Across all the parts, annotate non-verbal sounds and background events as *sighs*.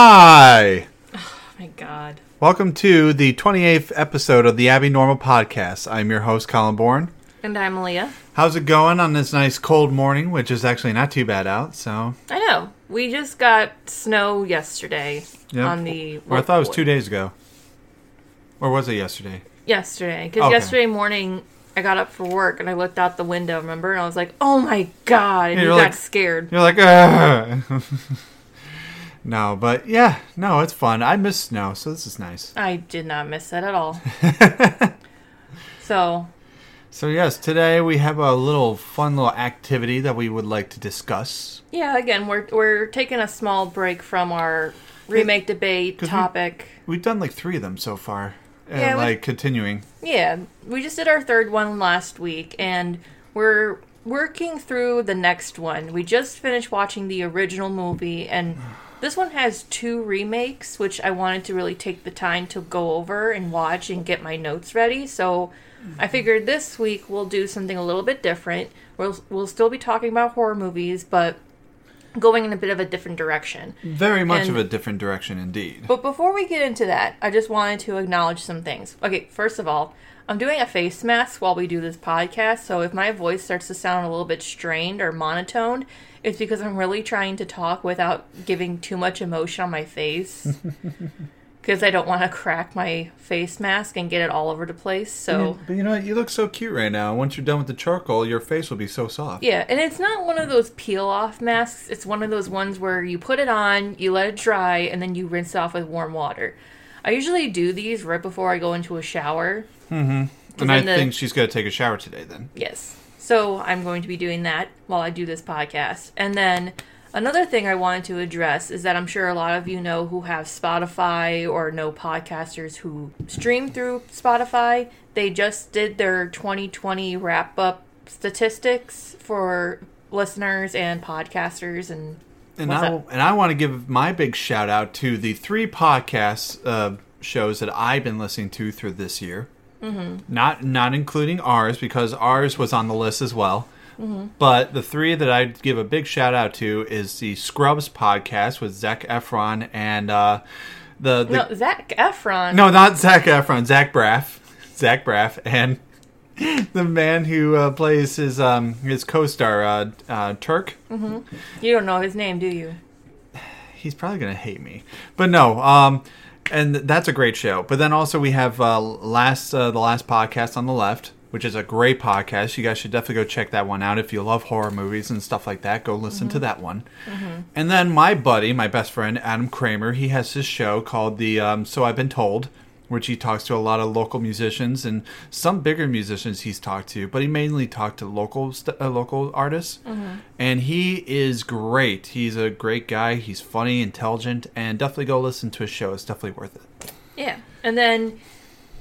Hi. Oh my god. Welcome to the 28th episode of the Abby Normal Podcast. I'm your host, Colin Bourne. And I'm Leah. How's it going on this nice cold morning, which is actually not too bad out? So, I know. We just got snow yesterday Yep. on the. or I thought it was two days ago. Or was it yesterday? Yesterday. Because Okay. yesterday morning I got up for work and I looked out the window, remember? And I was like, oh my god. And You're you like- got scared. You're like, "Ugh." *laughs* no, but yeah, no, it's fun. I miss snow, so this is nice. I did not miss that *laughs* at all. so, So, yes, today we have a little fun little activity that we would like to discuss. yeah, again, we're, we're taking a small break from our remake debate 'Cause we- topic. We've done like three of them so far, and Yeah, we- like continuing. Yeah, we just did our third one last week, and we're working through the next one. We just finished watching the original movie, and this one has two remakes, which I wanted to really take the time to go over and watch and get my notes ready. So I figured this week we'll do something a little bit different. We'll we'll still be talking about horror movies, but going in a bit of a different direction. Very much And- of a different direction indeed. But before we get into that, I just wanted to acknowledge some things. Okay, first of all, I'm doing a face mask while we do this podcast, so if my voice starts to sound a little bit strained or monotoned, it's because I'm really trying to talk without giving too much emotion on my face. Because I don't want to crack my face mask and get it all over the place. So, But you know what? You look so cute right now. Once you're done with the charcoal, your face will be so soft. yeah, and it's not one of those peel off masks. It's one of those ones where you put it on, you let it dry, and then you rinse it off with warm water. I usually do these right before I go into a shower. and I then the- think she's going to take a shower today then. Yes. So I'm going to be doing that while I do this podcast. And then another thing I wanted to address is that I'm sure a lot of you know who have Spotify or know podcasters who stream through Spotify. They just did their 2020 wrap up statistics for listeners and podcasters and And What's I, up? and I want to give my big shout out to the three podcast uh, shows that I've been listening to through this year. Mm-hmm. Not not including ours because ours was on the list as well. Mm-hmm. But the three that I'd give a big shout out to is the Scrubs podcast with Zach Efron and uh, the, the no, Zach Efron. No, not Zach Efron. Zach Braff. Zach Braff and *laughs* the man who uh, plays his um, his co-star uh, uh, Turk. You don't know his name, do you? He's probably gonna hate me, but no. Um, and that's a great show. But then also we have uh, last uh, the last podcast on the left, which is a great podcast. You guys should definitely go check that one out if you love horror movies and stuff like that. Go listen to that one. And then my buddy, my best friend Adam Kramer, he has this show called the um, So I've Been Told, which he talks to a lot of local musicians and some bigger musicians he's talked to, but he mainly talked to local st- uh, local artists. And he is great. He's a great guy. He's funny, intelligent, and definitely go listen to his show. It's definitely worth it. Yeah, and then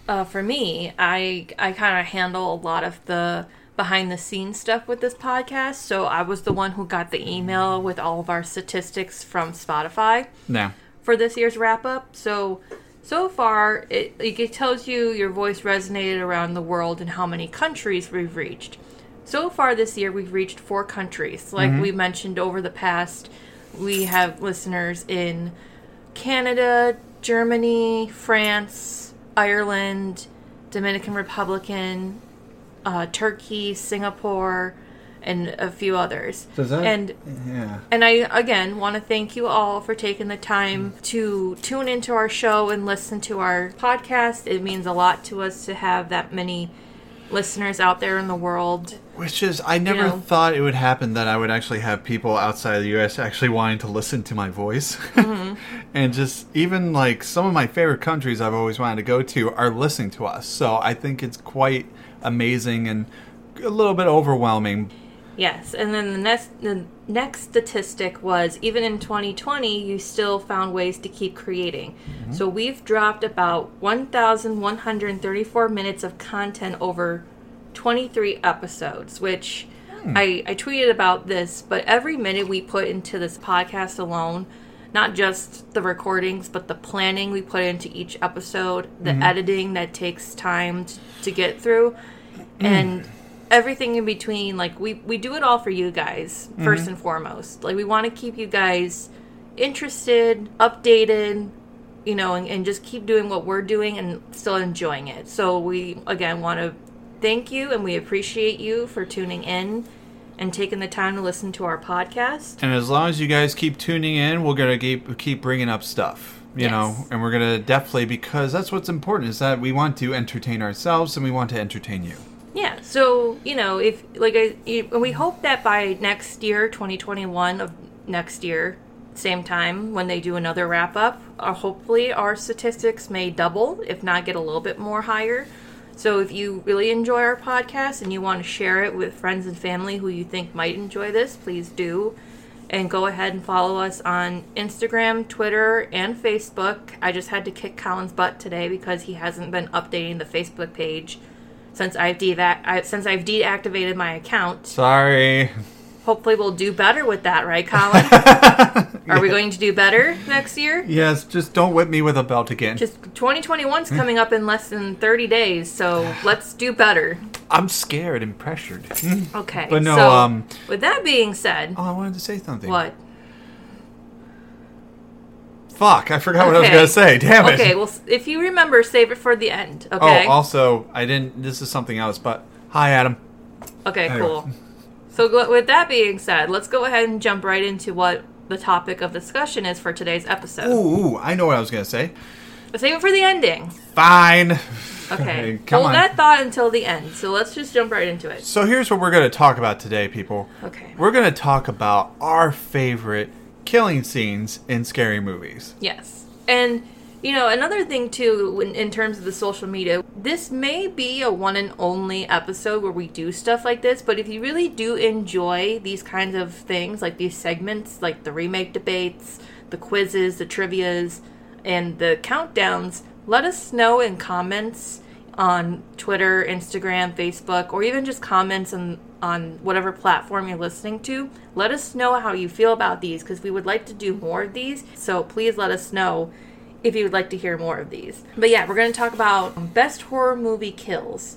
uh, for me, I I kind of handle a lot of the behind the scenes stuff with this podcast. So I was the one who got the email with all of our statistics from Spotify Now, for this year's wrap up. So so far, it, it tells you your voice resonated around the world and how many countries we've reached. So far this year, we've reached four countries. Like we mentioned over the past, we have listeners in Canada, Germany, France, Ireland, Dominican Republican, uh, Turkey, Singapore, and a few others. and yeah. and I, again, want to thank you all for taking the time to tune into our show and listen to our podcast. It means a lot to us to have that many listeners out there in the world. Which is, I never know. thought it would happen that I would actually have people outside of the U.S. actually wanting to listen to my voice, *laughs* and just even like some of my favorite countries I've always wanted to go to are listening to us. So I think it's quite amazing and a little bit overwhelming. Yes. And then the next, the next statistic was even in 2020, you still found ways to keep creating. So we've dropped about 1,134 minutes of content over 23 episodes, which I, I tweeted about this, but every minute we put into this podcast alone, not just the recordings, but the planning we put into each episode, the editing that takes time t- to get through, and everything in between. Like, we, we do it all for you guys, first and foremost. Like, we want to keep you guys interested, updated, you know, and, and just keep doing what we're doing and still enjoying it. So we again want to thank you and we appreciate you for tuning in and taking the time to listen to our podcast. And as long as you guys keep tuning in, we're gonna keep keep bringing up stuff. You Yes. know, and we're gonna definitely because that's what's important is that we want to entertain ourselves and we want to entertain you. Yeah. So you know, if like I, you, and we hope that by next year, 2021 of next year, same time when they do another wrap up, uh, hopefully our statistics may double, if not get a little bit more higher. So if you really enjoy our podcast and you want to share it with friends and family who you think might enjoy this, please do. And go ahead and follow us on Instagram, Twitter, and Facebook. I just had to kick Colin's butt today because he hasn't been updating the Facebook page since I've deva- I, since I've deactivated my account. Sorry. *laughs* Hopefully, we'll do better with that, right, Colin? Are we going to do better next year? Yes, just don't whip me with a belt again. Just 2021's Hmm. coming up in less than 30 days, *sighs* so let's do better. I'm scared and pressured. Okay. But no, so, um, with that being said, Hmm. Oh, I wanted to say something. what? Fuck, I forgot what I was Okay. going to say. Damn it. Okay, well, s- if you remember, save it for the end. Okay. Oh, also, I didn't. This is something else, but hi, Adam. okay, anyway. cool. So, go- with that being said, let's go ahead and jump right into what the topic of discussion is for today's episode. Ooh, ooh, I know what I was going to say. Save it for the ending. Fine. Okay. Come Hold on. that thought until the end. So let's just jump right into it. So here's what we're going to talk about today, people. Okay. We're going to talk about our favorite killing scenes in scary movies. Yes. And you know, another thing too in, in terms of the social media, this may be a one and only episode where we do stuff like this, but if you really do enjoy these kinds of things, like these segments, like the remake debates, the quizzes, the trivias, and the countdowns, let us know in comments on Twitter, Instagram, Facebook, or even just comments on on whatever platform you're listening to. Let us know how you feel about these because we would like to do more of these. So please let us know if you would like to hear more of these. But yeah, we're going to talk about best horror movie kills.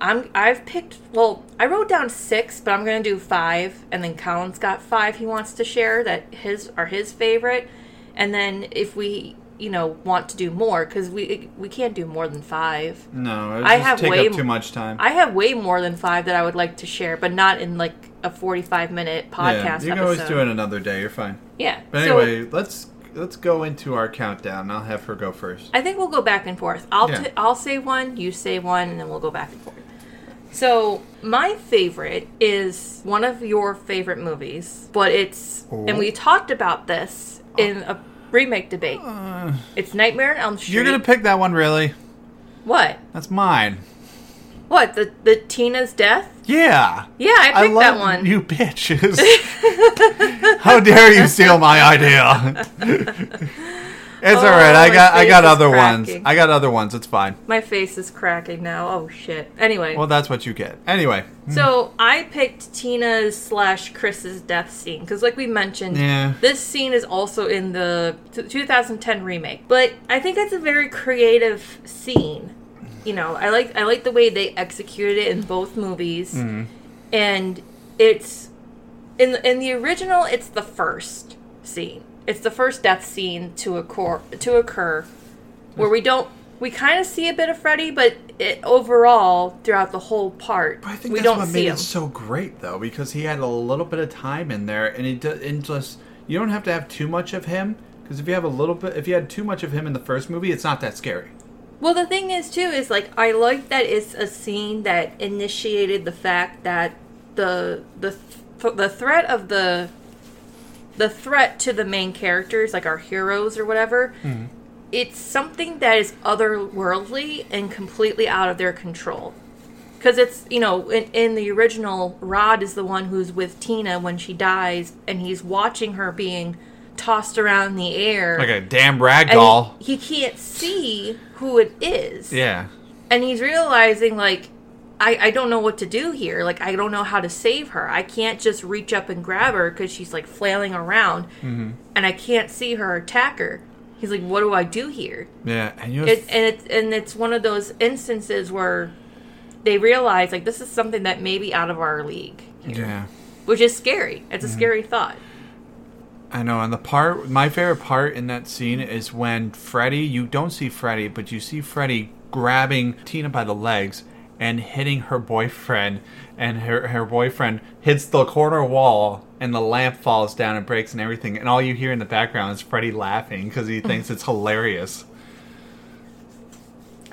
I'm I've picked well, I wrote down six, but I'm gonna do five, and then Colin's got five he wants to share that his are his favorite, and then if we you know want to do more because we we can't do more than five. No, it I just have take way up m- too much time. I have way more than five that I would like to share, but not in like a forty-five minute podcast. you can episode. always do it another day. You're fine. Yeah. But so- anyway, let's let's go into our countdown. I'll have her go first. I think we'll go back and forth. I'll Yeah. t- I'll say one, you say one, and then we'll go back and forth. So my favorite is one of your favorite movies, but it's and Oh. we talked about this in a remake debate. it's Nightmare on Elm Street. Uh, You're gonna pick that one, really? what? That's mine. What the the Tina's death? Yeah. Yeah, I picked I love that one. you, *laughs* bitches. How dare you steal my idea? it's all right. I Oh, my got I face got is other cracking. ones. I got other ones. It's fine. My face is cracking now. Oh shit. Anyway, Well, that's what you get. Anyway. so I picked Tina's slash Chris's death scene because, like we mentioned, Yeah. This scene is also in the t- 2010 remake, but I think that's a very creative scene. You know, I like I like the way they executed it in both movies, and it's in the, in the original it's the first scene. It's the first death scene to occur to occur, where we don't we kind of see a bit of Freddy, but it, overall throughout the whole part I think we that's don't what see made him. it so great, though, because he had a little bit of time in there, and it do- and just you don't have to have too much of him, because if you have a little bit, if you had too much of him in the first movie, it's not that scary. Well, the thing is, too, is like I like that it's a scene that initiated the fact that the the th- the threat of the the threat to the main characters, like our heroes or whatever, Mm-hmm. it's something that is otherworldly and completely out of their control. Because it's you know in, in the original, Rod is the one who's with Tina when she dies, and he's watching her being tossed around in the air Like a damn and ragdoll. He, he can't see who it is. yeah. And he's realizing, like, I, I don't know what to do here. Like, I don't know how to save her. I can't just reach up and grab her because she's, like, flailing around Mm-hmm. and I can't see her attacker. He's like, what do I do here? Yeah. And you. It, and, it's, and it's one of those instances where they realize, like, this is something that may be out of our league, yeah. which is scary. It's a scary thought. I know, and the part my favorite part in that scene is when Freddy. You don't see Freddy, but you see Freddy grabbing Tina by the legs and hitting her boyfriend, and her her boyfriend hits the corner wall, and the lamp falls down and breaks and everything. And all you hear in the background is Freddy laughing because he thinks it's hilarious.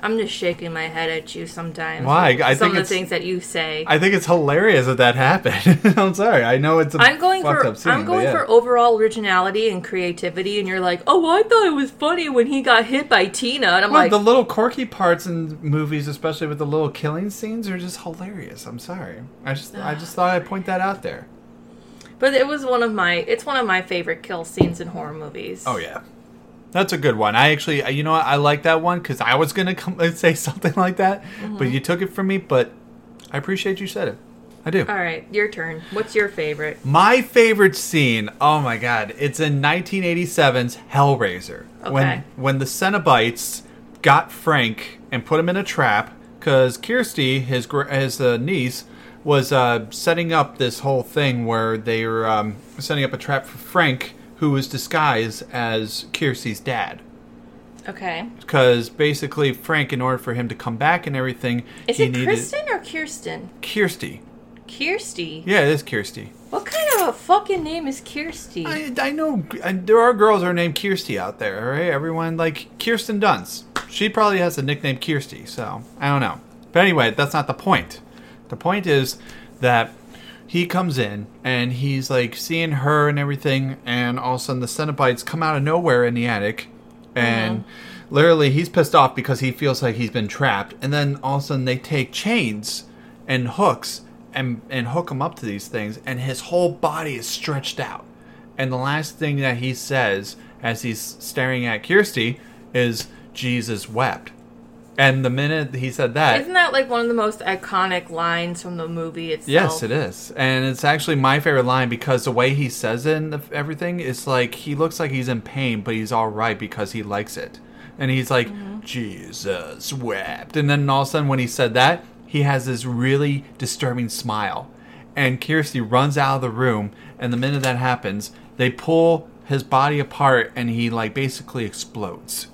I'm just shaking my head at you sometimes. Why? with I some think of it's- the things that you say. I think it's hilarious that that happened. *laughs* I'm sorry. I know it's a I'm going fucked for up scene. I'm but going yeah. for overall originality and creativity, and you're like, oh, I thought it was funny when he got hit by Tina, and I'm Well, like, the little quirky parts in movies, especially with the little killing scenes, are just hilarious. I'm sorry. I just I just thought I'd point that out there. but it was one of my it's one of my favorite kill scenes in horror movies. Oh yeah, that's a good one. I actually, you know, what? I like that one because I was gonna come *laughs* and say something like that, but you took it from me. But I appreciate you said it. I do. All right, your turn. What's your favorite? My favorite scene, oh my god, it's in 1987's Hellraiser. When Okay. when the Cenobites got Frank and put him in a trap cuz Kirsty, his gr- his uh, niece was uh, setting up this whole thing where they were um, setting up a trap for Frank who was disguised as Kirsty's dad. Okay, Because basically, Frank, in order for him to come back and everything, is he it needed Kristen or Kirsten? Kirsty. Kirsty. Yeah, it is Kirsty. What kind of a fucking name is Kirsty? I, I know I, there are girls who are named Kirsty out there, all right? Everyone like Kirsten Dunst. She probably has the nickname Kirsty, so I don't know. But anyway, that's not the point. The point is that he comes in and he's like seeing her and everything, and all of a sudden the Cenobites come out of nowhere in the attic, and literally he's pissed off because he feels like he's been trapped. And then all of a sudden they take chains and hooks and and hook him up to these things, and his whole body is stretched out. And the last thing that he says as he's staring at Kirsty is, Jesus wept. And the minute he said that, Isn't that like one of the most iconic lines from the movie itself? yes, it is. And it's actually my favorite line because the way he says it and the, everything, it's like he looks like he's in pain, but he's all right because he likes it. And he's like, Jesus wept. And then all of a sudden, when he said that, he has this really disturbing smile. And Kirsty runs out of the room. And the minute that happens, they pull his body apart and he, like, basically explodes.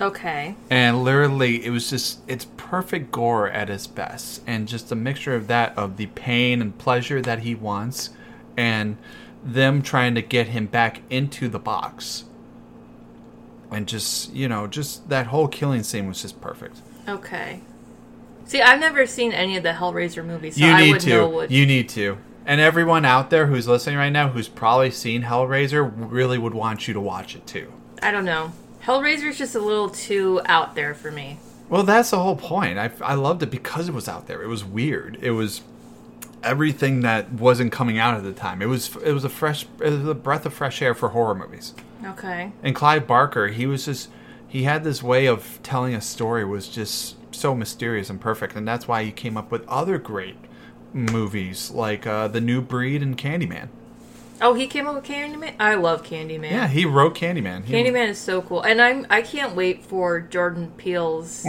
Okay. and literally it was just it's perfect gore at its best and just a mixture of that of the pain and pleasure that he wants and them trying to get him back into the box and just you know just that whole killing scene was just perfect Okay. See, I've never seen any of the Hellraiser movies, so you I need would to know what. you need to and everyone out there who's listening right now who's probably seen hellraiser really would want you to watch it too I don't know. Hellraiser's just a little too out there for me. Well, that's the whole point. I, I loved it because it was out there. It was weird. It was everything that wasn't coming out at the time. It was it was a fresh it was a breath of fresh air for horror movies. Okay. And Clive Barker, he was just he had this way of telling a story was just so mysterious and perfect, and that's why he came up with other great movies like uh, The New Breed and Candyman. Oh, he came up with Candyman. I love Candyman. Yeah, he wrote Candyman. He, Candyman is so cool, and I'm I can't wait for Jordan Peele's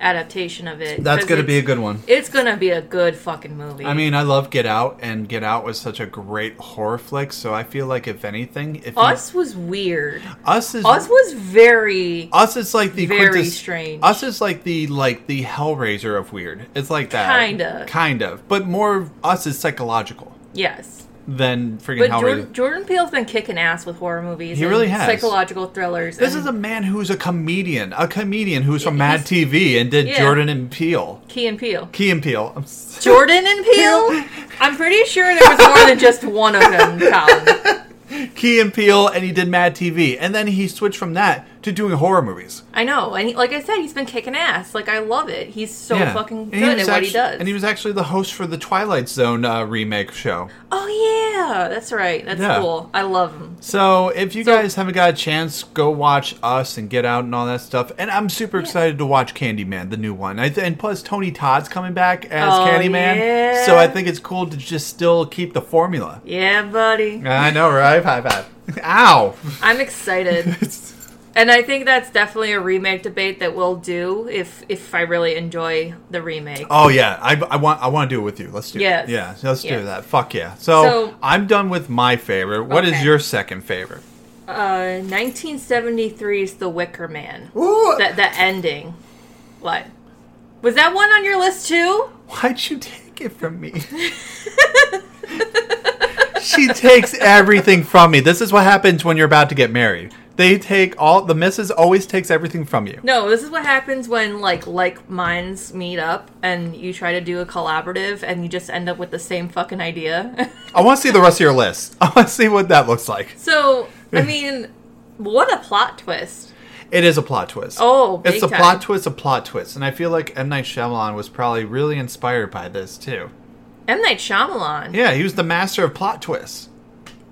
adaptation of it. That's 'cause gonna be a it's- good one. It's gonna be a good fucking movie. I mean, I love Get Out, and Get Out was such a great horror flick. So I feel like, if anything, if you- Us was weird. us is Us was very us is like the Very quintes- strange. Us is like the like the Hellraiser of weird. It's like that, Kind of. kind of, but more us is psychological yes. than freaking But Hellraiser. Jordan, Jordan Peele's been kicking ass with horror movies. He and really has. psychological thrillers. this and is a man who's a comedian, a comedian who's from Mad TV and did yeah. Jordan and Peele, Key and Peele. Key and Peele. I'm s- Jordan *laughs* and Peele. I'm pretty sure there was more than just one of them. Colin. Key and Peele, and he did Mad TV, and then he switched from that to doing horror movies. I know, and he, like I said, he's been kicking ass. Like I love it. He's so Yeah. fucking And he good at was what actu- he does. And he was actually the host for the Twilight Zone uh, remake show. oh yeah, that's right. That's Yeah. cool. I love him. So if you So- guys haven't got a chance, go watch us and get out and all that stuff. And I'm super excited to watch Candyman, the new one. I th- and plus Tony Todd's coming back as Oh, Candyman, yeah. so I think it's cool to just still keep the formula. Yeah, buddy. I know, right? High five. *laughs* Ow! *laughs* I'm excited. And I think that's definitely a remake debate that we'll do if if I really enjoy the remake. Oh yeah, I, I want I want to do it with you. Let's do Yes. it. Yeah, let's Yes. do that. Fuck yeah. So, So- I'm done with my favorite. What is Okay. your second favorite? Uh, 1973's The Wicker Man. Ooh, The, the ending. What? Was that one on your list too? why'd you take it from me? she takes everything from me. This is what happens when you're about to get married. They take all the missus always takes everything from you. No, this is what happens when like like minds meet up and you try to do a collaborative and you just end up with the same fucking idea. *laughs* I want to see the rest of your list. *laughs* I want to see what that looks like. so, *laughs* I mean, what a plot twist. It is a plot twist. Oh, big it's a time. plot twist, a plot twist, and I feel like M Night Shyamalan was probably really inspired by this too. M Night Shyamalan. Yeah, he was the master of plot twists.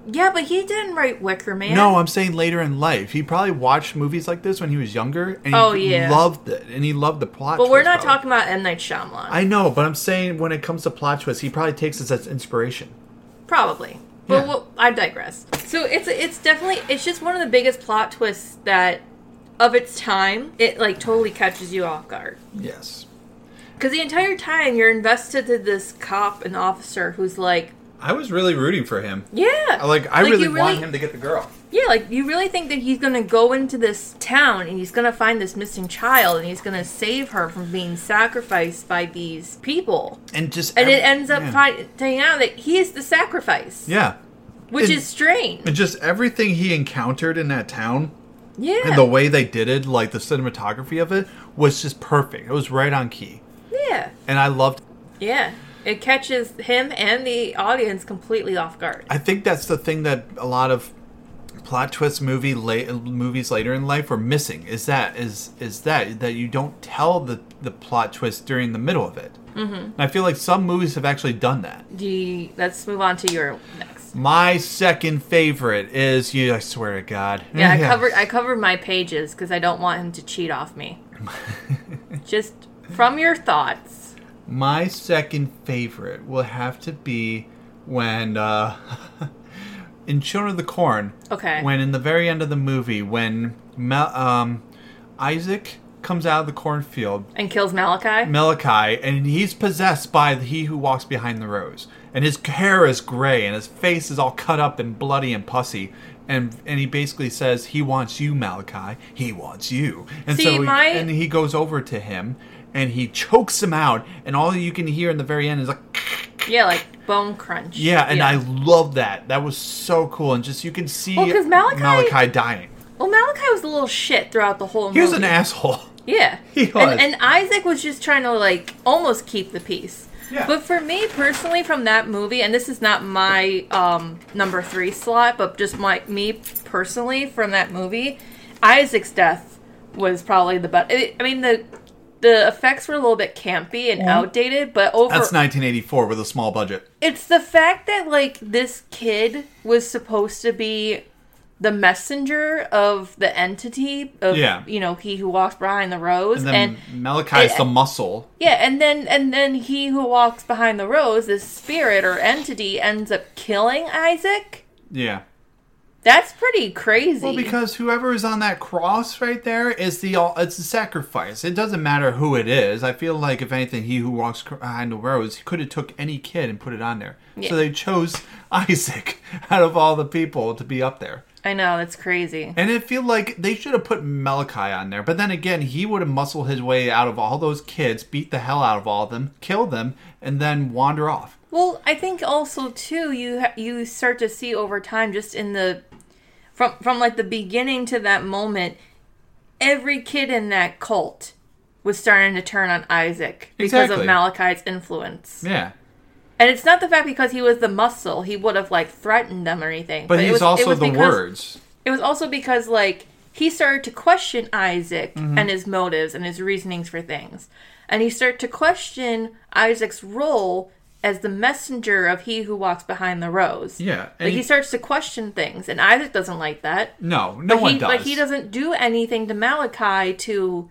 Yeah, but he didn't write Wicker Man. No, I'm saying later in life, he probably watched movies like this when he was younger, and Oh, he yeah. loved it, and he loved the plot. but we're twist, not probably. talking about M Night Shyamalan. I know, but I'm saying when it comes to plot twists, he probably takes this as inspiration. Probably. But Yeah. we'll, I digress. So it's it's definitely it's just one of the biggest plot twists that of its time. It like totally catches you off guard. Yes, Cuz the entire time you're invested to this cop and officer who's like, I was really rooting for him. yeah. Like, I Like, really you want really- him to get the girl. Yeah, like you really think that he's going to go into this town and he's going to find this missing child and he's going to save her from being sacrificed by these people. and just And it ev- ends up yeah. finding out that he is the sacrifice, Yeah, which And- is strange. and just everything he encountered in that town Yeah. and the way they did it, like the cinematography of it, was just perfect. It was right on key, yeah. and I loved. Yeah, it catches him and the audience completely off guard. I think that's the thing that a lot of plot twist movie late movies later in life are missing is that is is that that you don't tell the the plot twist during the middle of it. Mm-hmm. And I feel like some movies have actually done that. Do you, let's move on to your next. My second favorite is you. I swear to God. Yeah, I covered I covered my pages because I don't want him to cheat *laughs* off me. Just from your thoughts. My second favorite will have to be when uh, *laughs* in Children of the Corn. Okay. When in the very end of the movie, when Mel- um, Isaac comes out of the cornfield, And kills Malachi. Malachi, and he's possessed by the he who walks behind the rose, and his hair is gray, and his face is all cut up and bloody and pussy. And, and he basically says he wants you Malachi he wants you and See, so he, my- and he goes over to him and he chokes him out and all you can hear in the very end is like yeah, like bone crunch. yeah, and I love that. That was so cool, and just you can see Well, 'cause Malachi- dying. Well, Malachi was a little shit throughout the whole He was movie. an asshole. Yeah. *laughs* He was. And, and Isaac was just trying to like almost keep the peace. Yeah. But for me personally, from that movie, and this is not my um, number three slot, but just my me personally from that movie, Isaac's death was probably the best. I mean the the effects were a little bit campy and outdated, but over That's 1984 with a small budget. it's the fact that like this kid was supposed to be the messenger of the entity of Yeah. you know he who walks behind the rose And and, then Malachi's it- the muscle. yeah and then and then he who walks behind the rose this spirit or entity ends up killing isaac Yeah. that's pretty crazy Well, because whoever is on that cross right there is the all, it's the sacrifice. It doesn't matter who it is. I feel like if anything, he who walks cr- behind the rose could have took any kid and put it on there. Yeah. So they chose *laughs* Isaac out of all the people to be up there. i know that's crazy And it feel like they should have put Malachi on there, but then again, he would have muscled his way out of all those kids, beat the hell out of all of them, kill them, and then wander off. Well, I think also too you ha- you start to see over time just in the from from like the beginning to that moment every kid in that cult was starting to turn on Isaac because Exactly. of Malachi's influence. Yeah. And it's not the fact because he was the muscle, he would have like threatened them or anything. But, it he's was, it also was the because- words. It was also because like he started to question Isaac Mm-hmm. and his motives and his reasonings for things. And he started to question Isaac's role as the messenger of he who walks behind the rose. Yeah. And Like he- he starts to question things and Isaac doesn't like that. no, no one he, does. But he doesn't do anything to Malachi to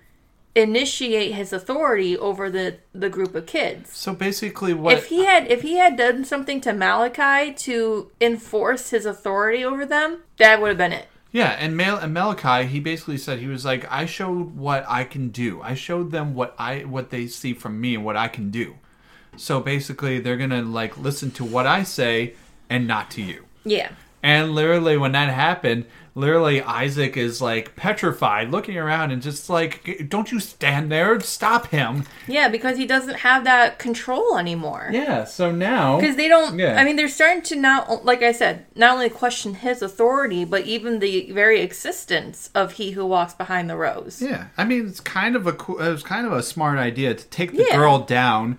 initiate his authority over the, the group of kids. So basically, what If he had if he had done something to Malachi to enforce his authority over them, that would have been it. Yeah, and Mal- and Malachi, he basically said he was like, I showed what I can do. I showed them what I what they see from me and what I can do. So basically, they're gonna like listen to what I say and not to you. Yeah. And literally, when that happened, literally Isaac is like petrified, looking around and just like, "Don't you stand there! Stop him!" Yeah, because he doesn't have that control anymore. Yeah. So now, Because they don't, Yeah. I mean, they're starting to not, like I said, not only question his authority, but even the very existence of he who walks behind the rose. Yeah, I mean it's kind of a cool, it was kind of a smart idea to take the Yeah. girl down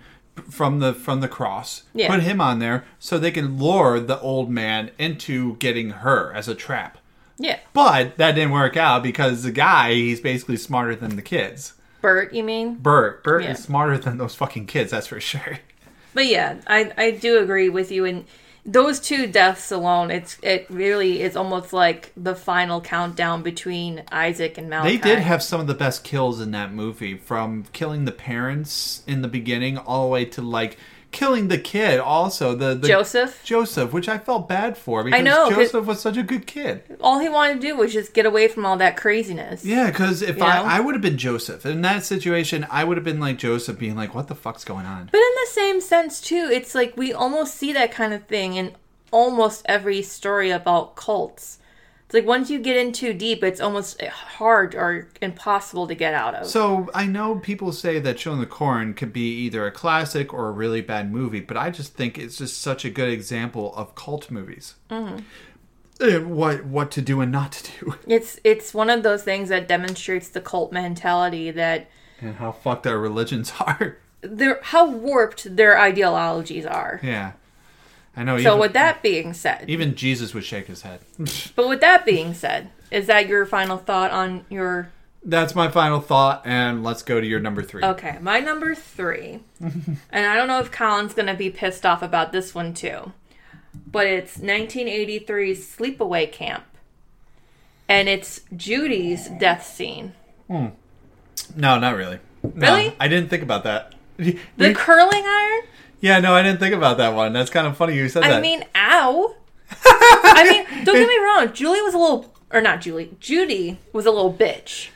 from the from the cross, Yeah. put him on there, so they can lure the old man into getting her as a trap. Yeah. But that didn't work out because the guy he's basically smarter than the kids. Bert, you mean? Bert, Bert Yeah. is smarter than those fucking kids, that's for sure. *laughs* But yeah, I, I do agree with you. And those two deaths alone, it's it really is almost like the final countdown between Isaac and Malachi. They did have some of the best kills in that movie, from killing the parents in the beginning all the way to like killing the kid. Also, the, the Joseph? Joseph, which I felt bad for because know, 'cause- Joseph was such a good kid. All he wanted to do was just get away from all that craziness. Yeah, because if You I know? I would have been Joseph in that situation, I would have been like Joseph, being like, "What the fuck's going on?" But in the same sense, too, it's like we almost see that kind of thing in almost every story about cults. It's like once you get in too deep, it's almost hard or impossible to get out of. So I know people say that Children of the Corn could be either a classic or a really bad movie, but I just think it's just such a good example of cult movies. Mm-hmm. Eh, What what to do and not to do. *laughs* It's it's one of those things that demonstrates the cult mentality that and how fucked our religions *laughs* are. their how warped their ideologies are. Yeah, I know. So even, with that being said, even Jesus would shake his head. but with that being said, is that your final thought on your That's my final thought, and let's go to your number three. Okay, my number three, and I don't know if Colin's gonna be pissed off about this one too, but it's 1983's Sleepaway Camp, and it's Judy's death scene. No, not really. No, Really? I didn't think about that. *laughs* The curling iron. yeah, no, I didn't think about that one. That's kind of funny you said that. I mean, *laughs* ow. I mean, don't get me wrong. Julie was a little, or not Julie. Judy was a little bitch.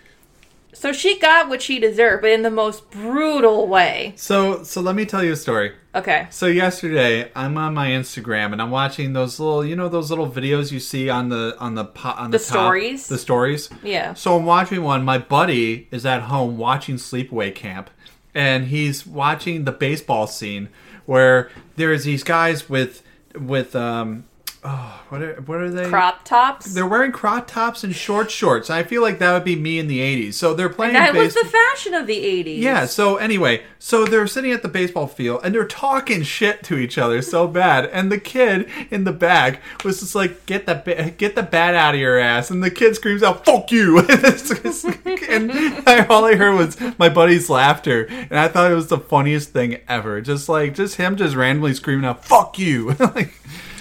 So she got what she deserved, but in the most brutal way. so so let me tell you a story. Okay. So yesterday, I'm on my Instagram and I'm watching those little, you know, those little videos you see on the on the po- on the, The top, stories? the stories. Yeah. So I'm watching one. My buddy is at home watching Sleepaway Camp, and he's watching the baseball scene where there is these guys with with um, oh, what are what are they? Crop tops. They're wearing crop tops and short shorts. I feel like that would be me in the '80s. So they're playing That was baseball. the fashion of the 80s. Yeah, so anyway, so they're sitting at the baseball field and they're talking shit to each other so bad. And the kid in the back was just like, "Get that ba- get the bat out of your ass." And the kid screams out, "Fuck you." *laughs* and it's- and I, all I heard was my buddy's laughter, and I thought it was the funniest thing ever. Just like just him just randomly screaming out, "Fuck you." *laughs* like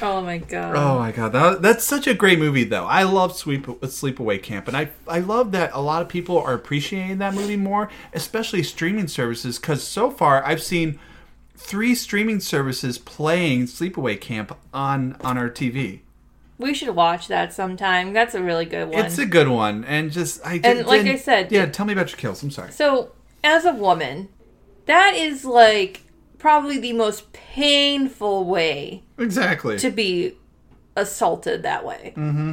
Oh my god. Oh my god, that, that's such a great movie though. I love Sweep Sleepaway Camp, and I I love that a lot of people are appreciating that movie more, especially streaming services. Because so far I've seen three streaming services playing Sleepaway Camp on on our TV. We should watch that sometime. That's a really good one. It's a good one, and just I And like didn't- I said- yeah. Tell me about your kills. I'm sorry. so, as a woman, that is like probably the most painful way Exactly. to be assaulted that way. Mm-hmm.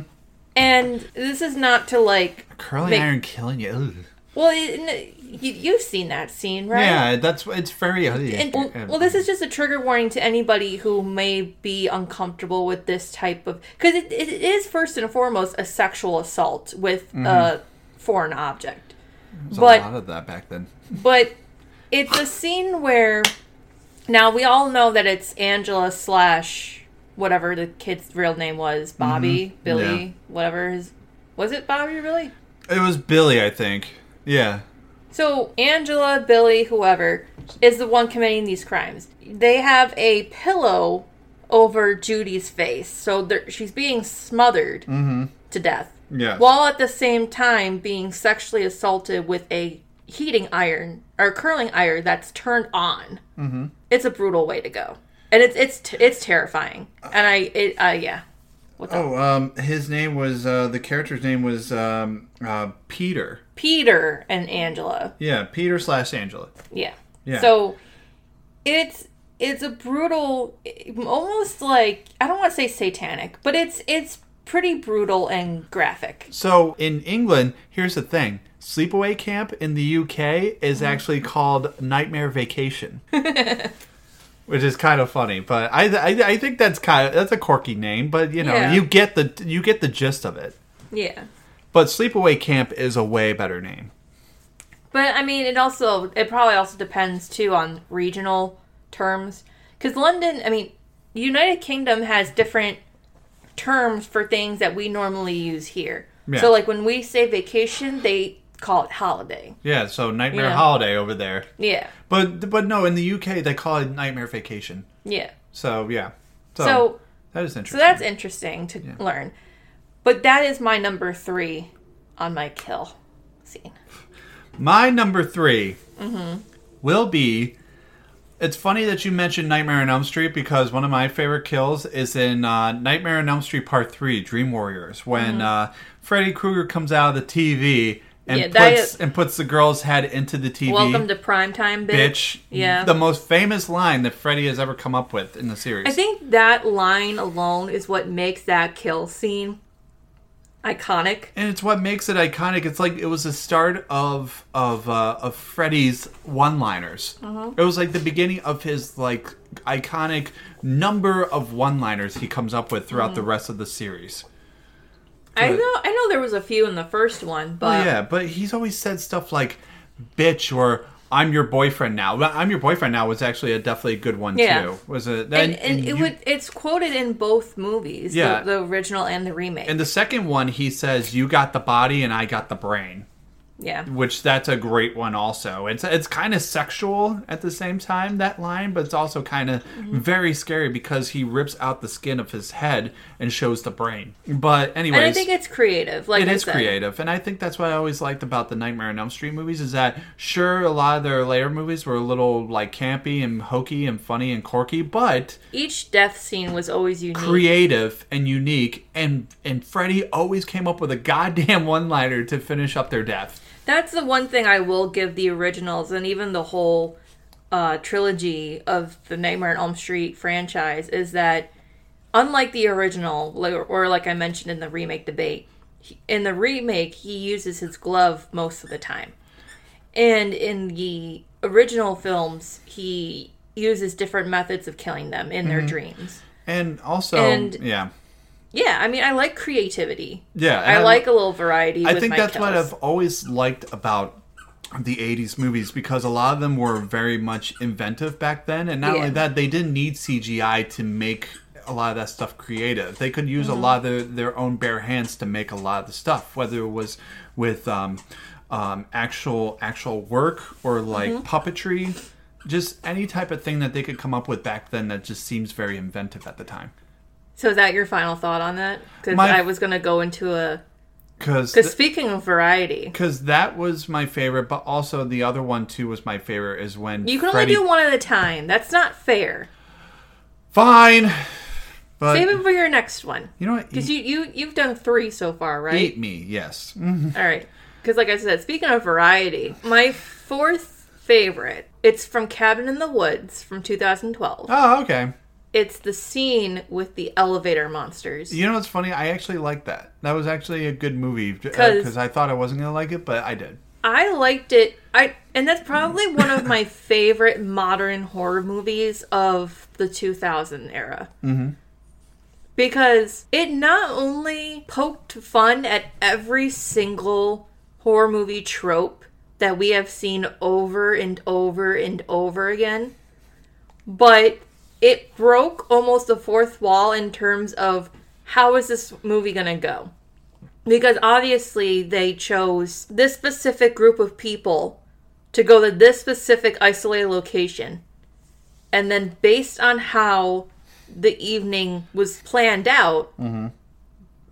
And this is not to like Curly make- iron killing you. Ugh. well, it, n- you, you've seen that scene, right? Yeah, that's it's very. uh, And, well, well, this is just a trigger warning to anybody who may be uncomfortable with this type of because it, it is first and foremost a sexual assault with Mm-hmm. a foreign object. There's but- a lot of that back then. But it's a scene where now we all know that it's Angela slash whatever the kid's real name was, Bobby, Billy, Yeah. whatever his was it Bobby or Billy? It was Billy, I think. Yeah. So Angela, Billy, whoever is the one committing these crimes. They have a pillow over Judy's face, so there- she's being smothered to death, Yeah. while at the same time being sexually assaulted with a heating iron or curling iron that's turned on. Mm-hmm. It's a brutal way to go, and it's it's t- it's terrifying. And I it uh, yeah, What's up? Oh, um, his name was uh, the character's name was um, uh, Peter. Peter and Angela. Yeah, Peter slash Angela. Yeah. Yeah. So it's it's a brutal almost like I don't want to say satanic, but it's it's pretty brutal and graphic. So in England, here's the thing: sleepaway camp in the UK Mm-hmm. is actually called Nightmare Vacation, *laughs* which is kind of funny. But I, I, I think that's kind of that's a quirky name, but you know, Yeah. you get the you get the gist of it. Yeah. But sleepaway camp is a way better name. But I mean, it also it probably also depends too on regional terms cuz London, I mean, United Kingdom has different terms for things that we normally use here. Yeah. So like when we say vacation, they call it holiday. Yeah, so Nightmare Yeah. Holiday over there. Yeah. But but no, in the UK they call it Nightmare Vacation. Yeah. So yeah. So- that is So interesting. that's interesting to learn. But that is my number three on my kill scene. My number 3 Mm-hmm. will be. It's funny that you mentioned Nightmare on Elm Street because one of my favorite kills is in uh, Nightmare on Elm Street Part Three: Dream Warriors when Mm-hmm. uh, Freddy Krueger comes out of the TV and Yeah, that puts is- and puts the girl's head into the TV. Welcome to primetime, bitch. bitch. Yeah. The most famous line that Freddy has ever come up with in the series. I think that line alone is what makes that kill scene iconic. and it's what makes it iconic. It's like it was the start of of uh, of Freddy's one-liners. Uh-huh. It was like the beginning of his like iconic number of one-liners he comes up with throughout Mm-hmm. the rest of the series. I Good. know I know there was a few in the first one, but Oh, yeah, but he's always said stuff like "bitch" or "I'm your boyfriend now." Well, "I'm your boyfriend now" was actually a definitely good one Yeah. too. Was it? and, and, it you- would it's quoted in both movies, Yeah. the, the original and the remake. in the second one he says, "You got the body and I got the brain." yeah. which that's a great one also it's it's kind of sexual at the same time that line but it's also kind of Mm-hmm. very scary because he rips out the skin of his head and shows the brain but anyways And I think it's creative. Like it I is said. creative and i think that's what i always liked about the nightmare on elm street movies is that sure a lot of their later movies were a little like campy and hokey and funny and quirky but Each death scene was always unique. creative and unique and and freddy always came up with a goddamn *laughs* one liner to finish up their death That's the one thing I will give the originals and even the whole uh, trilogy of the Nightmare on Elm Street franchise is that, unlike the original, like- or like I mentioned in the remake debate, he- in the remake, he uses his glove most of the time. And in the original films, he uses different methods of killing them in Mm-hmm. their dreams. and also And- yeah Yeah, I mean, I like creativity. Yeah, and I, like a little variety. I with think my that's what kills. I've always liked about the 80s movies because a lot of them were very much inventive back then and not Yeah. only that they didn't need CGI to make a lot of that stuff creative they could Mm-hmm. use a lot of their, their own bare hands to make a lot of the stuff whether it was with um, um, actual actual work or like Mm-hmm. puppetry just any type of thing that they could come up with back then that just seems very inventive at the time So is that your final thought on that? Because My- I was going to go into a. because Because speaking of variety, Because that was my favorite, but also the other one too was my favorite. Is when you can Freddy- only do one at a time. That's not fair. Fine, but Save it for your next one. Uh, you know what? Because Eat, you you you've done three so far, right? eat me, yes. Mm-hmm. All right. Because like I said, speaking of variety, my fourth favorite. It's from Cabin in the Woods from 2012. Oh, okay. It's the scene with the elevator monsters. You know what's funny? I actually liked that. That was actually a good movie uh, because 'Cause- I thought I wasn't gonna like it, but I did. I liked it. I and that's probably one of my favorite modern horror movies of the 2000 era. Mm-hmm. Because it not only poked fun at every single horror movie trope that we have seen over and over and over again, but it broke almost the fourth wall in terms of how is this movie going to go? because obviously they chose this specific group of people to go to this specific isolated location and then based on how the evening was planned out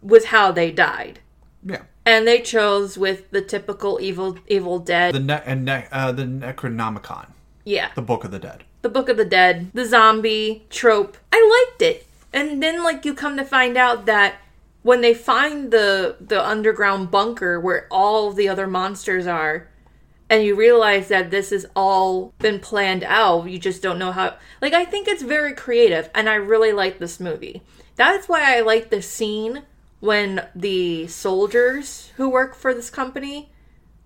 was how they died Yeah. and they chose with the typical evil evil dead The ne- and ne- uh, the Necronomicon, yeah the Book of the Dead. the book of the dead the zombie trope i liked it And then like you come to find out that when they find the the underground bunker where all the other monsters are and you realize that this has all been planned out, you just don't know how like I think it's very creative and I really like this movie. That's why I like the scene when the soldiers who work for this company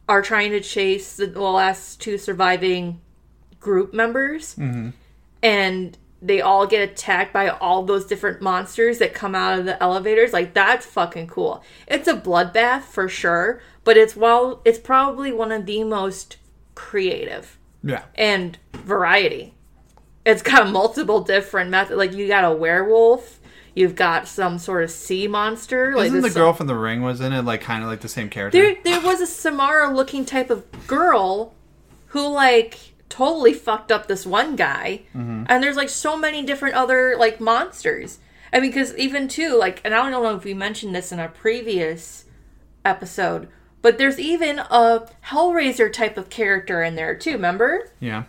are trying to chase the last two surviving group members and they all get attacked by all those different monsters that come out of the elevators like that's fucking cool it's a bloodbath for sure but it's well it's probably one of the most creative Yeah. and variety. It's got *laughs* multiple different methods. Like you got a werewolf, you've got some sort of sea monster. Like Isn't the this- girl from The Ring was in it like kind of like the same character? There, there was a Samara-looking type of girl who like totally fucked up this one guy. Mm-hmm. And there's like so many different other like monsters. I mean, because even too like, and I don't know if we mentioned this in a previous episode, but there's even a Hellraiser type of character in there too. Remember? yeah.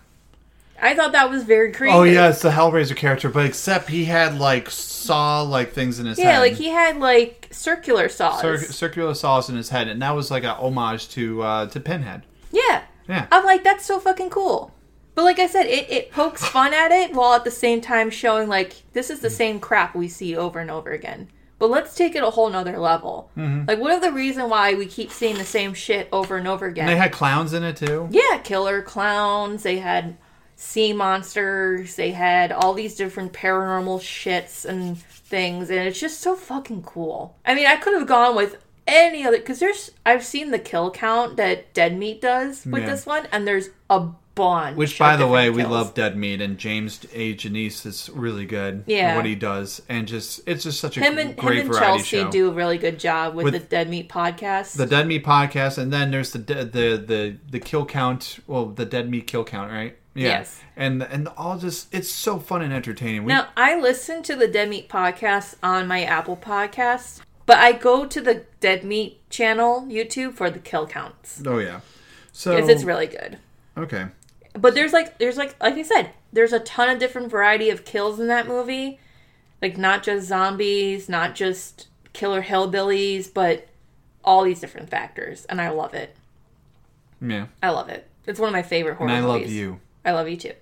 I thought that was very creative. Oh yeah, it's the Hellraiser character, but except he had like saw like things in his head. Yeah, like he had like circular saws. Cir- circular saws in his head, and that was like a homage to uh, to Pinhead. yeah. Yeah. I'm like, that's so fucking cool. But like I said, it, it *laughs* pokes fun at it while at the same time showing like this is the Mm. same crap we see over and over again. But let's take it a whole nother level. Mm-hmm. Like what are the reason why we keep seeing the same shit over and over again? They had clowns in it too. yeah, killer clowns, they had sea monsters, they had all these different paranormal shits and things, and it's just so fucking cool. I mean, I could have gone with any other because there's I've seen the kill count that Dead Meat does with Yeah. this one, and there's a bunch. Which, of by the different way, we kills. love Dead Meat, and James A. Janice is really good. Yeah. at what he does, and just it's just such a him and great him and variety Chelsea show. do a really good job with, With- the Dead Meat podcast. the Dead Meat podcast, and then there's the de- the the the kill count. Well, the Dead Meat kill count, right? Yeah. Yes. And and all just it's so fun and entertaining. We, Now, I listen to the Dead Meat podcast on my Apple Podcasts, but I go to the Dead Meat channel YouTube for the kill counts. oh yeah. So Because it's really good. okay. But there's like there's like like I said, there's a ton of different variety of kills in that movie. Like not just zombies, not just killer hillbillies, but all these different factors, and I love it. Yeah. I love it. It's one of my favorite horror And I love movies. you. Oh. I love you too.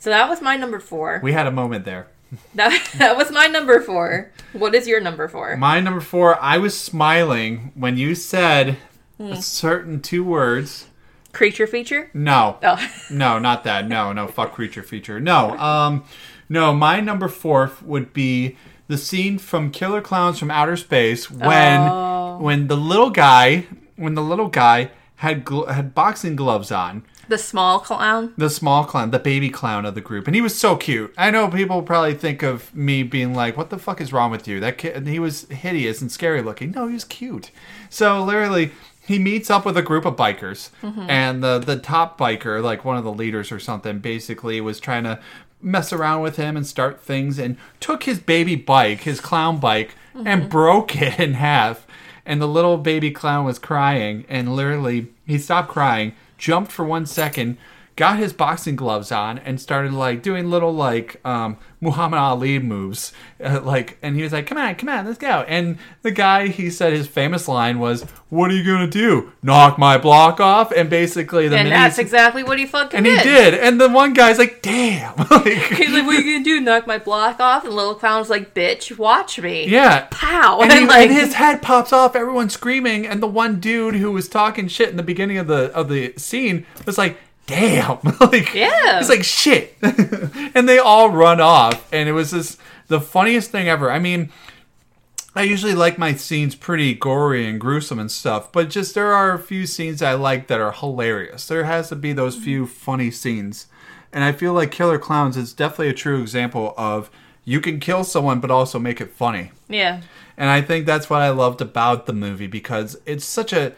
So that was my number 4. We had a moment there. *laughs* That, that was my number 4. What is your number 4? My number four, I was smiling when you said Hmm. a certain two words. creature feature. No. Oh, No, not that. No, no, fuck creature feature. No. Um no, my number four would be the scene from Killer Clowns from Outer Space when Oh. when the little guy when the little guy had gl- had boxing gloves on. the small clown. the small clown, the baby clown of the group, and he was so cute. I know people probably think of me being like, "What the fuck is wrong with you?" That kid, and he was hideous and scary looking. No, he was cute. So literally, he meets up with a group of bikers, and the the top biker, like one of the leaders or something, basically was trying to mess around with him and start things, and took his baby bike, his clown bike, and broke *laughs* it in half and the little baby clown was crying and literally he stopped crying jumped for one second got his boxing gloves on and started like doing little like um, muhammad ali moves uh, like and he was like come on come on let's go and the guy he said his famous line was what are you gonna do knock my block off and basically the And minute that's he- exactly what he fucking and he did. did and the one guy's like damn *laughs* like He's like, what are you gonna do? Knock my block off? And little clown's like, bitch, watch me. yeah Pow. *laughs* and, And, he- like, and his head pops off. Everyone's screaming, and the one dude who was talking shit in the beginning of the of the scene was like, "Damn!" *laughs* like, Yeah. it's like shit. *laughs* and they all run off, and it was just the funniest thing ever. I mean. I usually like my scenes pretty gory and gruesome and stuff, but just there are a few scenes I like that are hilarious. There has to be those few funny scenes. And I feel like Killer Clowns is definitely a true example of you can kill someone but also make it funny. yeah. And I think that's what I loved about the movie because it's such a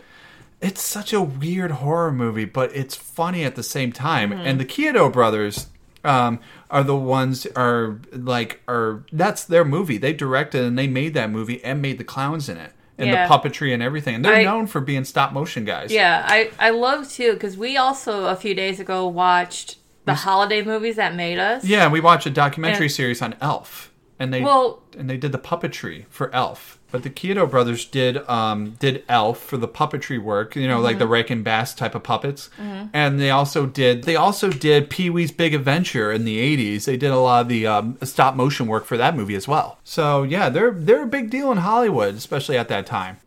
it's such a weird horror movie, but it's funny at the same time. Mm-hmm. And the Kyoto brothers um, are the ones are like are that's their movie. They directed and they made that movie and made the clowns in it and Yeah. the puppetry and everything. And they're I- known for being stop motion guys. Yeah. I, I love too, because we also a few days ago watched the holiday movies that made us. yeah. and We watched a documentary Yeah. series on Elf. and they Well- and they did the puppetry for Elf. But the Kyoto brothers did um, did Elf for the puppetry work, you know, like the Mm-hmm. Rake and Bass type of puppets. And they also did they also did Pee Wee's Big Adventure in the '80s. They did a lot of the um, stop motion work for that movie as well. So yeah, they're they're a big deal in Hollywood, especially at that time.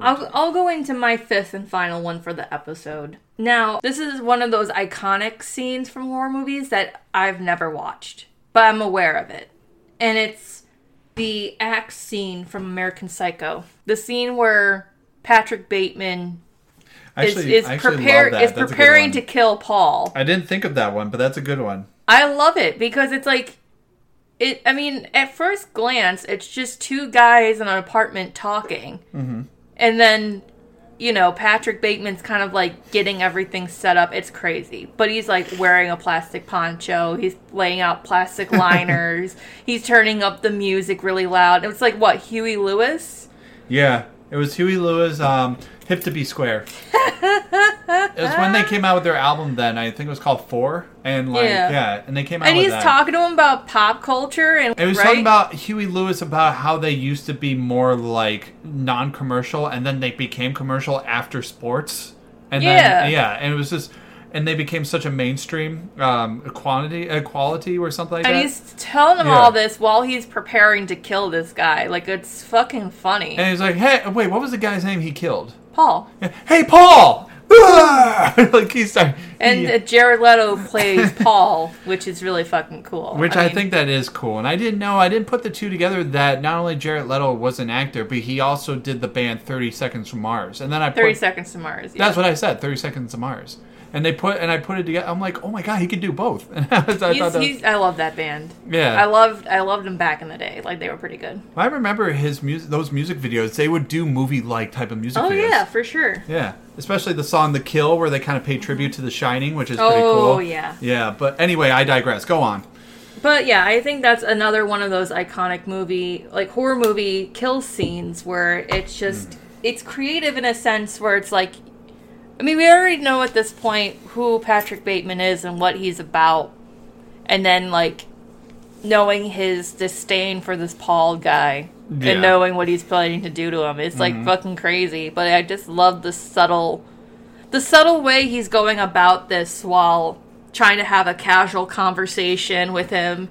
I'll, I'll go into my fifth and final one for the episode. Now, this is one of those iconic scenes from horror movies that I've never watched, but I'm aware of it. And it's the axe scene from American Psycho. The scene where Patrick Bateman is, is, I prepare, love is that. That's a good preparing one. to kill Paul. I didn't think of that one, but that's a good one. I love it because it's like it I mean, at first glance, it's just two guys in an apartment talking. Mm-hmm. And then, you know, Patrick Bateman's kind of like getting everything set up. It's crazy. But he's like wearing a plastic poncho. He's laying *laughs* out plastic liners. he's turning up the music really loud. It was like what, Huey Lewis? Yeah, it was Huey Lewis, um, "Hip to Be Square." it was when they came out with their album. Then I think it was called Four, and like Yeah. yeah, and they came out. And with he's that. talking to him about pop culture and It was right? talking about Huey Lewis about how they used to be more like non-commercial, and then they became commercial after sports. And Yeah. then, yeah, and it was just, and they became such a mainstream um, quantity, uh, quality, or something like and that. he's telling him Yeah. all this while he's preparing to kill this guy. Like it's fucking funny. and he's like, "Hey, wait, what was the guy's name he killed?" *laughs* Paul. Hey, Paul! *laughs* like he's like, And he- uh, Jared Leto plays Paul, which is really fucking cool. Which I, mean, think that is cool. And I didn't know, I didn't put the two together that not only Jared Leto was an actor, but he also did the band 30 Seconds from Mars. And then I put, 30 Seconds to Mars. yeah. that's what I said, 30 Seconds to Mars. And they put, and I put it together. I'm like, oh my God, he could do both. *laughs* And I, was- I He's, thought that, he's, I love that band. Yeah. I loved I loved them back in the day. Like they were pretty good. I remember his music, those music videos, they would do movie like type of music Oh videos. yeah, for sure. Yeah, especially the song "The Kill," where they kind of pay tribute to The Shining, which is pretty Oh, cool. yeah. yeah. But anyway, I digress. Go on. But yeah, I think that's another one of those iconic movie, like horror movie kill scenes where it's just Hmm. it's creative in a sense where it's like I mean, we already know at this point who Patrick Bateman is and what he's about. And then like knowing his disdain for this Paul guy Yeah. Mm-hmm. and knowing what he's planning to do to him. It's like fucking crazy, but I just love the subtle the subtle way he's going about this while trying to have a casual conversation with him.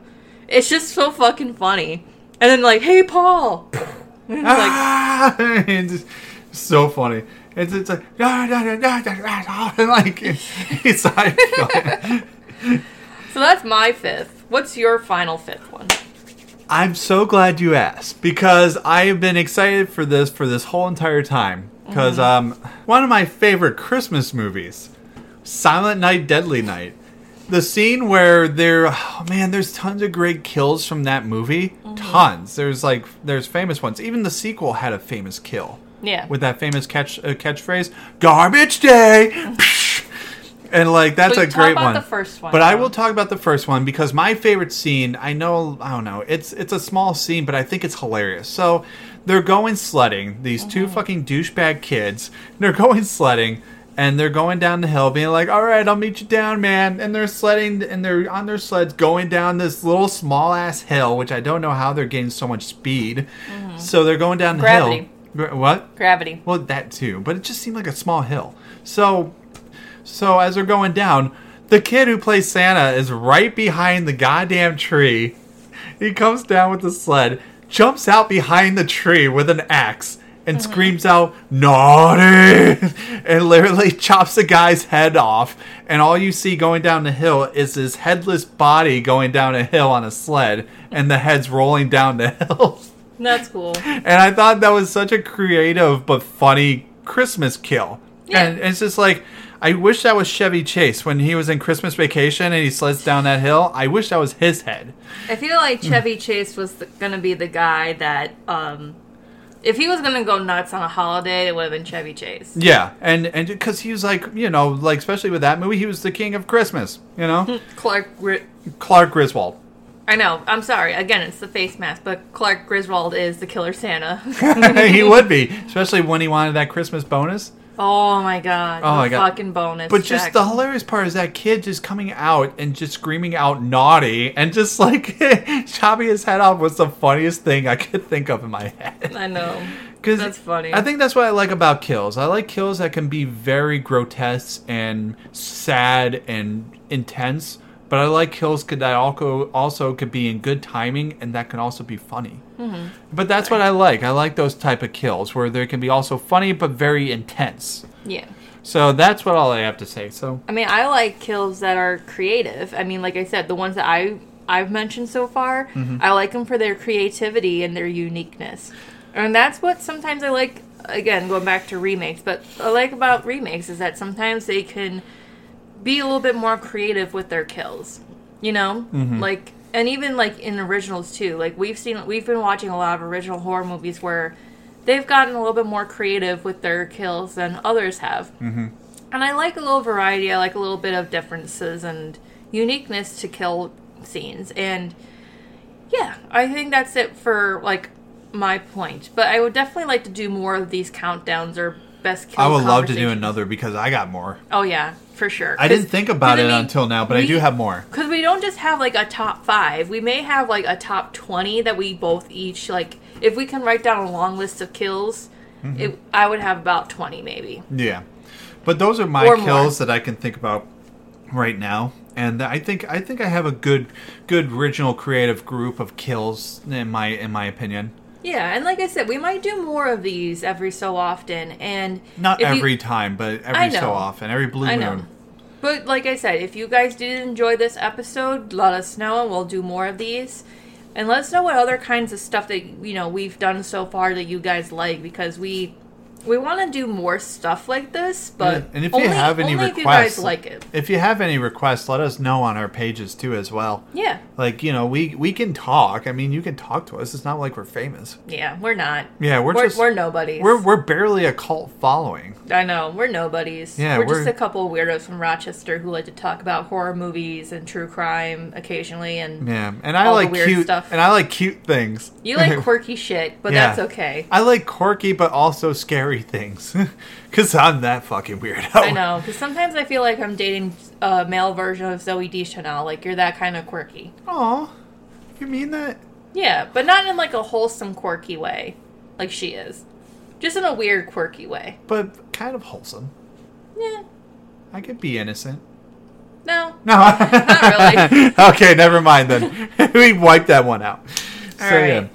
It's just so fucking funny. And then like, "Hey Paul." *laughs* And *laughs* it's like, Ah! it's just so funny. It's, it's like, *laughs* "Da, da, da, da, da, da, da," and like it's like *laughs* so that's my fifth. What's your final fifth one? I'm so glad you asked because I have been excited for this for this whole entire time because um one of my favorite Christmas movies, Silent Night Deadly Night. The scene where there, oh man, there's tons of great kills from that movie. Tons. There's like, there's famous ones. Even the sequel had a famous kill. Yeah. with that famous catch uh, catchphrase, "Garbage Day," and like that's But a you talk great about one. the first one, but I though. will talk about the first one because my favorite scene. I know I don't know. It's it's a small scene, but I think it's hilarious. So they're going sledding. These two Mm-hmm. fucking douchebag kids. They're *laughs* going sledding. And they're going down the hill, being like, "All right, I'll meet you down, man." And they're sledding, and they're on their sleds going down this little small ass hill, which I don't know how they're getting so much speed. So they're going down the Mm-hmm. Gravity. hill. Gra- What? Gravity. Well, that too, but it just seemed like a small hill. So, so as they're going down, the kid who plays Santa is right behind the goddamn tree. He comes down with the sled, jumps out behind the tree with an axe, and screams out "Naughty!" *laughs* and literally chops the guy's head off. And all you see going down the hill is his headless body going down a hill on a sled, and the head's rolling down the *laughs* hill. That's cool. And I thought that was such a creative but funny Christmas kill. Yeah. And it's just like, I wish that was Chevy Chase when he was in Christmas Vacation and he sleds down that hill. I wish that was his head. I feel like Chevy Chase was the, gonna be the guy that, um, if he was gonna go nuts on a holiday, it would have been Chevy Chase. Yeah, and and because he was like, you know, like especially with that movie, he was the king of Christmas. You know, Clark, Gri- Clark Griswold. *laughs* I know. I'm sorry. Again, it's the face mask, but Clark *laughs* Griswold is the killer Santa. he would be, especially when he wanted that Christmas bonus. Oh my god. Oh the my God. Fucking bonus. But just check. the hilarious part is that kid just coming out and just screaming out naughty and just like *laughs* chopping his head off was the funniest thing I could think of in my head. I know. 'Cause That's funny. I think that's what I like about kills. I like kills that can be very grotesque and sad and intense, but I like kills could that also also could be in good timing and that can also be funny. Mm-hmm. But that's what I like. I like those type of kills where they can be also funny but very intense. Yeah. So that's what all I have to say. So I mean, I like kills that are creative. I mean, like I said, the ones that I I've mentioned so far, I like them for their creativity and their uniqueness, and that's what sometimes I like. Again, going back to remakes, but what I like about remakes is that sometimes they can be a little bit more creative with their kills. You know, Mm-hmm. like and even like in originals too. Like we've seen, we've been watching a lot of original horror movies where they've gotten a little bit more creative with their kills than others have. Mm-hmm. And I like a little variety. I like a little bit of differences and uniqueness to kill scenes. And yeah, I think that's it for like my point. But I would definitely like to do more of these countdowns or best kill. I would love to do conversations. another because I got more. Oh yeah, for sure. I didn't think about it until now, but I do have more. Because we don't just have like a top five. We may have like a top twenty that we both each like. If we can write down a long list of kills, Mm-hmm. it, I would have about twenty maybe. Yeah, but those are my Or more. kills that I can think about right now, and I think I think I have a good good original creative group of kills in my in my opinion. Yeah, and like I said, we might do more of these every so often, and Not if you- every time, but I every so know. often, every blue I know. moon. But like I said, if you guys did enjoy this episode, let us know, and we'll do more of these. And let us know what other kinds of stuff that you know we've done so far that you guys like, because we we want to do more stuff like this. But and if only, you have any only requests, if you guys like it, if you have any requests, let us know on our pages too as well. yeah, Like you know, we we can talk. I mean, you can talk to us. It's not like we're famous. yeah, we're not. Yeah, we're we're, just- we're nobodies. We're we're barely a cult following. I know, we're nobodies. Yeah, we're, we're- just a couple of weirdos from Rochester who like to talk about horror movies and true crime occasionally. And Yeah, and I all the like weird cute stuff. and I like cute things. *laughs* you like quirky shit, but Yeah. that's okay. I like quirky but also scary things, *laughs* because I'm that fucking Oh. weirdo. I know, because sometimes I feel like I'm dating a male version of Zoe Deschanel. Like you're that kind of quirky. Aw, you mean that? Yeah, but not in like a wholesome quirky way, like she is. Just in a weird quirky way. But kind of wholesome. Yeah. I could be innocent. No. No, *laughs* Not really. *laughs* okay, never mind then. *laughs* we wiped that one out. All so right. yeah,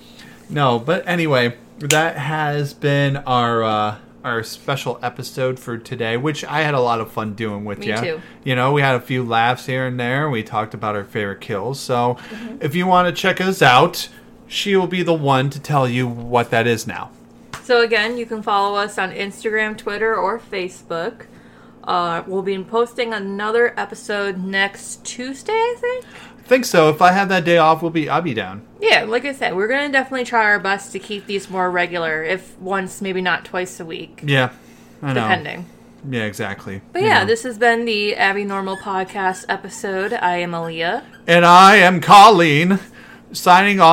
no, but anyway, that has been our uh, our special episode for today, which I had a lot of fun doing with Me you. too. You know, we had a few laughs here and there. We talked about our favorite kills. So Mm-hmm. if you want to check us out, she will be the one to tell you what that is now. So again, you can follow us on Instagram, Twitter, or Facebook. Uh, we'll be posting another episode next Tuesday, I think. think so. If I have that day off, we'll be I'll be down. Yeah, like I said, we're gonna definitely try our best to keep these more regular, if once, maybe not twice a week, Yeah, I know. depending. Yeah, exactly. But You yeah, know. this has been the Abby Normal Podcast episode. I am Aaliyah. And I am Colleen, signing off